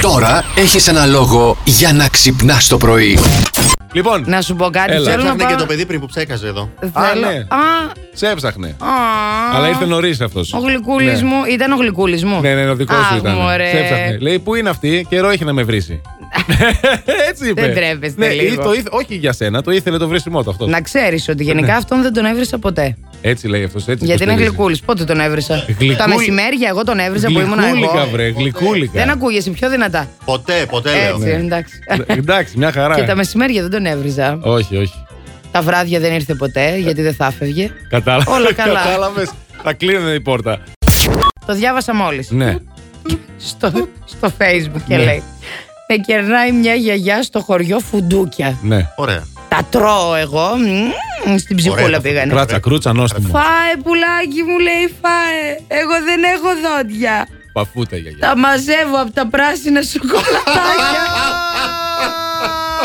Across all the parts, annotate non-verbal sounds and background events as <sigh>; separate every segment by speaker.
Speaker 1: Τώρα έχεις ένα λόγο για να ξυπνάς το πρωί.
Speaker 2: Λοιπόν,
Speaker 3: Να σου πω κάτι.
Speaker 2: Έλα.
Speaker 3: Θέλω να
Speaker 4: Ψάχνε
Speaker 3: πάω...
Speaker 4: και το παιδί πριν που ψέκαζε εδώ.
Speaker 3: Θέλω...
Speaker 2: Α, ναι.
Speaker 3: Α,
Speaker 2: σε έψαχνε.
Speaker 3: α,
Speaker 2: Αλλά ήρθε νωρίς αυτός.
Speaker 3: Ο γλυκούλης μου. Ήταν ο γλυκούλης μου.
Speaker 2: Ναι, ναι, ναι, ο δικός
Speaker 3: Αχ,
Speaker 2: σου ήταν.
Speaker 3: μωρέ.
Speaker 2: Σε έψαχνε. Λέει, πού είναι αυτή, καιρό έχει να με
Speaker 3: <laughs>
Speaker 2: βρει. Έτσι είπε.
Speaker 3: Δεν τρέπεστε
Speaker 2: ναι,
Speaker 3: λίγο.
Speaker 2: το ήθε- όχι για σένα, το ήθελε το βρίσιμό του αυτός.
Speaker 3: Να ξέρεις ότι
Speaker 2: Ναι.
Speaker 3: γενικά αυτόν δεν τον έβρισα ποτέ.
Speaker 2: Έτσι λέει αυτός. Έτσι
Speaker 3: Γιατί είναι
Speaker 2: υποστηρίζει.
Speaker 3: γλυκούλης. Πότε τον έβρισα.
Speaker 2: Γλυκούλη-
Speaker 3: Τα μεσημέρια εγώ τον έβρισα που ήμουν
Speaker 2: Γλυκούλικα,
Speaker 3: εγώ.
Speaker 2: βρε, γλυκούλικα.
Speaker 3: Δεν ακούγεσαι πιο δυνατά.
Speaker 4: Ποτέ, ποτέ λέω.
Speaker 2: ναι.
Speaker 3: Έτσι, εντάξει.
Speaker 2: Ε. Εντάξει, μια χαρά.
Speaker 3: Και τα μεσημέρια δεν τον έβριζα.
Speaker 2: Όχι, όχι. τα
Speaker 3: Τα βράδια δεν ήρθε ποτέ γιατί δεν θα έφευγε.
Speaker 2: Κατάλαβε.
Speaker 3: Όλα καλά.
Speaker 2: Κατάλαβες. Θα κλείνουν η πόρτα.
Speaker 3: Το διάβασα μόλις.
Speaker 2: Ναι.
Speaker 3: στο, στο facebook και
Speaker 2: Ναι.
Speaker 3: λέει Με κερνάει μια γιαγιά στο χωριό φουντούκια
Speaker 2: Ναι.
Speaker 4: Ωραία.
Speaker 3: Τα τρώω εγώ μμμ, Στην ψυχούλα
Speaker 4: Ωραία.
Speaker 3: πήγανε
Speaker 2: Κράτσα, κρούτσα, νόστιμο.
Speaker 3: Φάε πουλάκι μου λέει φάε Εγώ δεν έχω δόντια
Speaker 2: Παφούτα γιαγιά.
Speaker 3: Τα μαζεύω από τα πράσινα
Speaker 2: <laughs>
Speaker 3: σοκολατάκια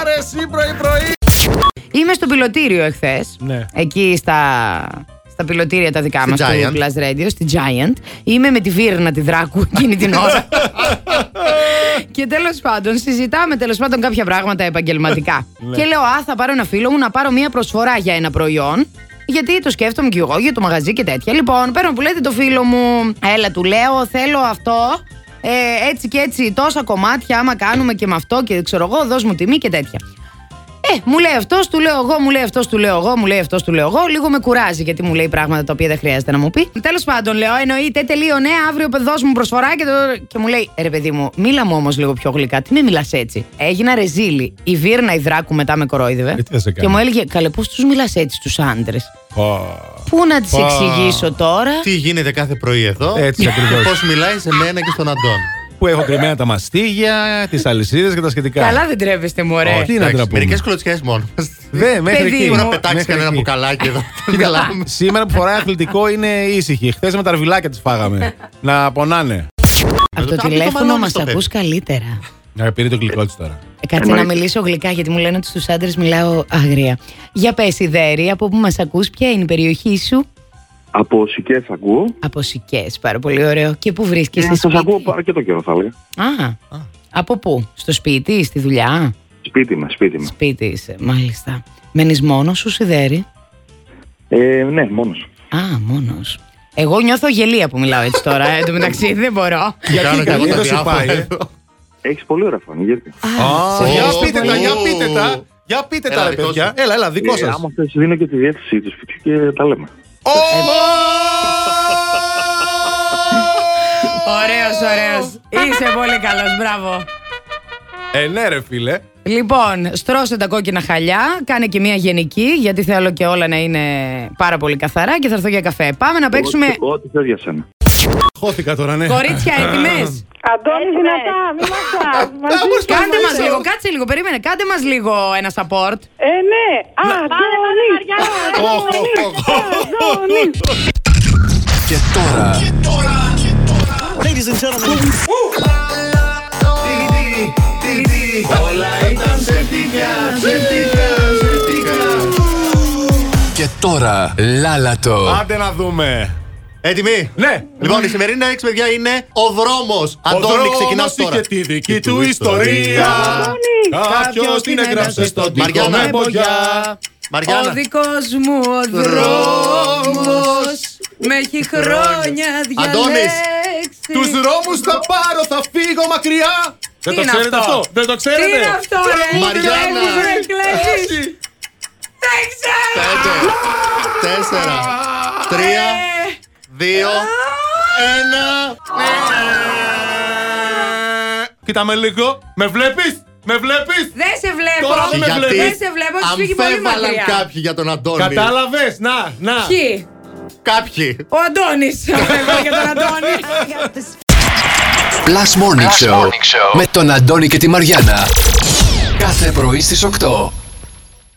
Speaker 2: Άρε, εσύ πρωί-πρωί.
Speaker 3: Είμαι στο πιλωτήριο εχθές.
Speaker 2: Ναι.
Speaker 3: Εκεί στα, στα πιλωτήρια τα δικά
Speaker 4: Στη
Speaker 3: μας του
Speaker 4: Giant.
Speaker 3: Plus Radio, στη Giant. Είμαι με τη Βίρνα τη Δράκου <laughs> εκείνη την ώρα. και τέλος πάντων, συζητάμε τέλος πάντων κάποια πράγματα επαγγελματικά. και λέω, Α, θα πάρω ένα φίλο μου να πάρω μία προσφορά για ένα προϊόν. Γιατί το σκέφτομαι και εγώ για το μαγαζί και τέτοια. Λοιπόν, παίρνω που λέτε το φίλο μου. Έλα, του λέω, θέλω αυτό. Ε, έτσι και έτσι, τόσα κομμάτια. Άμα κάνουμε και με αυτό και ξέρω εγώ, δώσ' μου τιμή και τέτοια. Ε, μου λέει αυτός, του λέω εγώ, μου λέει αυτός, του λέω εγώ, μου λέει αυτός, του λέω εγώ. Λίγο με κουράζει γιατί μου λέει πράγματα τα οποία δεν χρειάζεται να μου πει. Τέλος πάντων, λέω, εννοείται, τελείω, ναι, αύριο δώσ' μου προσφορά και, το... και μου λέει, ρε παιδί μου, μίλα μου όμως λίγο πιο γλυκά, τι με μιλάς έτσι. Έγινα ρεζίλη. Η Βίρνα η Δράκου μετά με κορόιδευε.
Speaker 2: Ε, τι θα σε κάνει.
Speaker 3: Και μου έλεγε, καλέ, πώς τους μιλάς έτσι τους άντρες. Πού να τη
Speaker 2: Πα.
Speaker 3: εξηγήσω τώρα.
Speaker 4: Τι γίνεται κάθε πρωί εδώ.
Speaker 2: Έτσι ακριβώς.
Speaker 4: Πώς μιλάει σε μένα και στον Αντών.
Speaker 2: Που έχω κρυμμένα τα μαστίγια, τις αλυσίδες και τα σχετικά.
Speaker 3: Καλά δεν τρέπεστε, μωρέ.
Speaker 2: Τι να ντραπούμε.
Speaker 4: Μερικές κλωτσιές μόνο.
Speaker 2: Δε, μέχρι
Speaker 3: Παιδί
Speaker 2: εκεί.
Speaker 3: μου.
Speaker 4: Μπορεί να
Speaker 3: Μέχρι
Speaker 4: πετάξει κανένα
Speaker 2: εκεί.
Speaker 4: μπουκαλάκι εδώ.
Speaker 2: Κοίτα, Σήμερα που φοράει αθλητικό είναι ήσυχη. Χθες με τα αρβιλάκια τις φάγαμε. <laughs> να πονάνε.
Speaker 3: Από το
Speaker 4: το
Speaker 3: τηλέφωνο
Speaker 4: μαλώνει
Speaker 3: μας
Speaker 4: στο
Speaker 3: ακού
Speaker 4: παιδί.
Speaker 3: καλύτερα.
Speaker 2: Να Ε, πήρε το γλυκό της τώρα.
Speaker 3: Ε, Κάτσε να μιλήσω γλυκά, γιατί μου λένε ότι στους άντρες μιλάω άγρια. Για πες, Ιδέρη, από που μας ακούς, ποια είναι η περιοχή σου.
Speaker 5: Από Σικέ ακούω.
Speaker 3: Από Σικέ, πάρα πολύ ωραίο. Και πού βρίσκεσαι,
Speaker 5: Και σας
Speaker 3: σπίτι?
Speaker 5: ακούω αρκετό καιρό, θα έλεγα.
Speaker 3: Α, από πού, στο σπίτι, στη δουλειά.
Speaker 5: Σπίτι με, σπίτι με.
Speaker 3: Σπίτι είσαι, μάλιστα. Μένεις μόνος σου, Σιδέρη.
Speaker 5: Ε, ναι, μόνος.
Speaker 3: Α, μόνος. Εγώ νιώθω γελία που μιλάω έτσι τώρα. ε, Εν τω μεταξύ δεν μπορώ.
Speaker 4: Κάνω και
Speaker 2: <laughs>
Speaker 4: εγώ
Speaker 2: Γιατί
Speaker 4: τα
Speaker 2: δεν σου
Speaker 4: διάφορα
Speaker 2: πάει, ε?
Speaker 4: εδώ.
Speaker 5: Έχεις πολύ ωραία φωνή. Γιατί.
Speaker 2: Α, Για
Speaker 4: Ω,
Speaker 2: πείτε τα,
Speaker 4: ω.
Speaker 2: για πείτε τα. Για πείτε τα,
Speaker 4: Έλα,
Speaker 2: ρε
Speaker 4: δικό
Speaker 2: παιδιά.
Speaker 4: σου.
Speaker 2: Έλα, έλα, δικό σα.
Speaker 5: Ε, άμα θες δίνω και τη διεύθυνσή του σπιτιού και τα λέμε.
Speaker 3: Ωραίος, ωραίος. Είσαι πολύ καλός, μπράβο.
Speaker 2: Ε, ναι, ρε φίλε.
Speaker 3: Λοιπόν, στρώσε τα κόκκινα χαλιά, κάνε και μία γενική, γιατί θέλω και όλα να είναι πάρα πολύ καθαρά και θα έρθω για καφέ. Πάμε να παίξουμε.
Speaker 5: Ό,τι- Ό,τι θε για σένα.
Speaker 2: Χώθηκα τώρα, ναι.
Speaker 3: Κορίτσια, έτοιμες.
Speaker 6: Αντώνη, δυνατά, μην μας μαζί.
Speaker 3: Κάντε
Speaker 2: ε?
Speaker 3: μα λίγο, κάτσε λίγο, περίμενε. Κάντε μας λίγο ένα support.
Speaker 6: Ε, ναι. Α, Αντώνη.
Speaker 2: Οχ, οχ, οχ, οχ.
Speaker 6: Αντώνη.
Speaker 1: Και τώρα... Και τώρα λάλατο.
Speaker 2: Άντε να δούμε.
Speaker 4: Έτοιμοι.
Speaker 2: Ναι.
Speaker 4: Λοιπόν, η σημερινή έξι παιδιά είναι ο δρόμος. Αντώνη, ξεκινά
Speaker 2: δρόμος
Speaker 4: τώρα.
Speaker 2: είχε τη δική του ιστορία. Κάποιος την έγραψε στον τοίχο
Speaker 4: Μαριάννα.
Speaker 2: με μπογιά.
Speaker 4: Μαριάννα.
Speaker 3: Ο δικός μου ο δρόμος
Speaker 2: Δρόμος.
Speaker 3: με έχει χρόνια
Speaker 4: Αντώνης,
Speaker 2: Τους
Speaker 3: διαλέξει.
Speaker 2: δρόμους θα πάρω, θα φύγω μακριά. Δεν
Speaker 3: Τι
Speaker 2: το
Speaker 3: είναι
Speaker 2: ξέρετε
Speaker 3: αυτό?
Speaker 2: αυτό. Δεν το
Speaker 3: Τι είναι
Speaker 2: ξέρετε.
Speaker 3: αυτό, ρε!
Speaker 4: Μαριάννα.
Speaker 3: Κλέβεις, ρε, κλέβεις. Δεν ξέρω!
Speaker 4: Πέντε, τέσσερα, τρία, δύο, ένα.
Speaker 2: Ε, Κοίτα με λίγο. Με βλέπεις. Με βλέπεις.
Speaker 3: Δεν σε βλέπω.
Speaker 2: Τώρα δεν με
Speaker 3: Γιατί
Speaker 2: βλέπεις.
Speaker 3: Δεν σε βλέπω, σου φύγει πολύ
Speaker 4: αμφέβαλαν
Speaker 3: μακριά.
Speaker 4: κάποιοι για τον Αντώνη.
Speaker 2: Κατάλαβες. Να, να.
Speaker 3: Ποιοι?
Speaker 4: Κάποιοι.
Speaker 3: Ο Αντώνης. Εγώ για τον Αντώνη.
Speaker 1: Plus Morning, Show, με τον Αντώνη και τη Μαριάνα. Κάθε πρωί στις 8.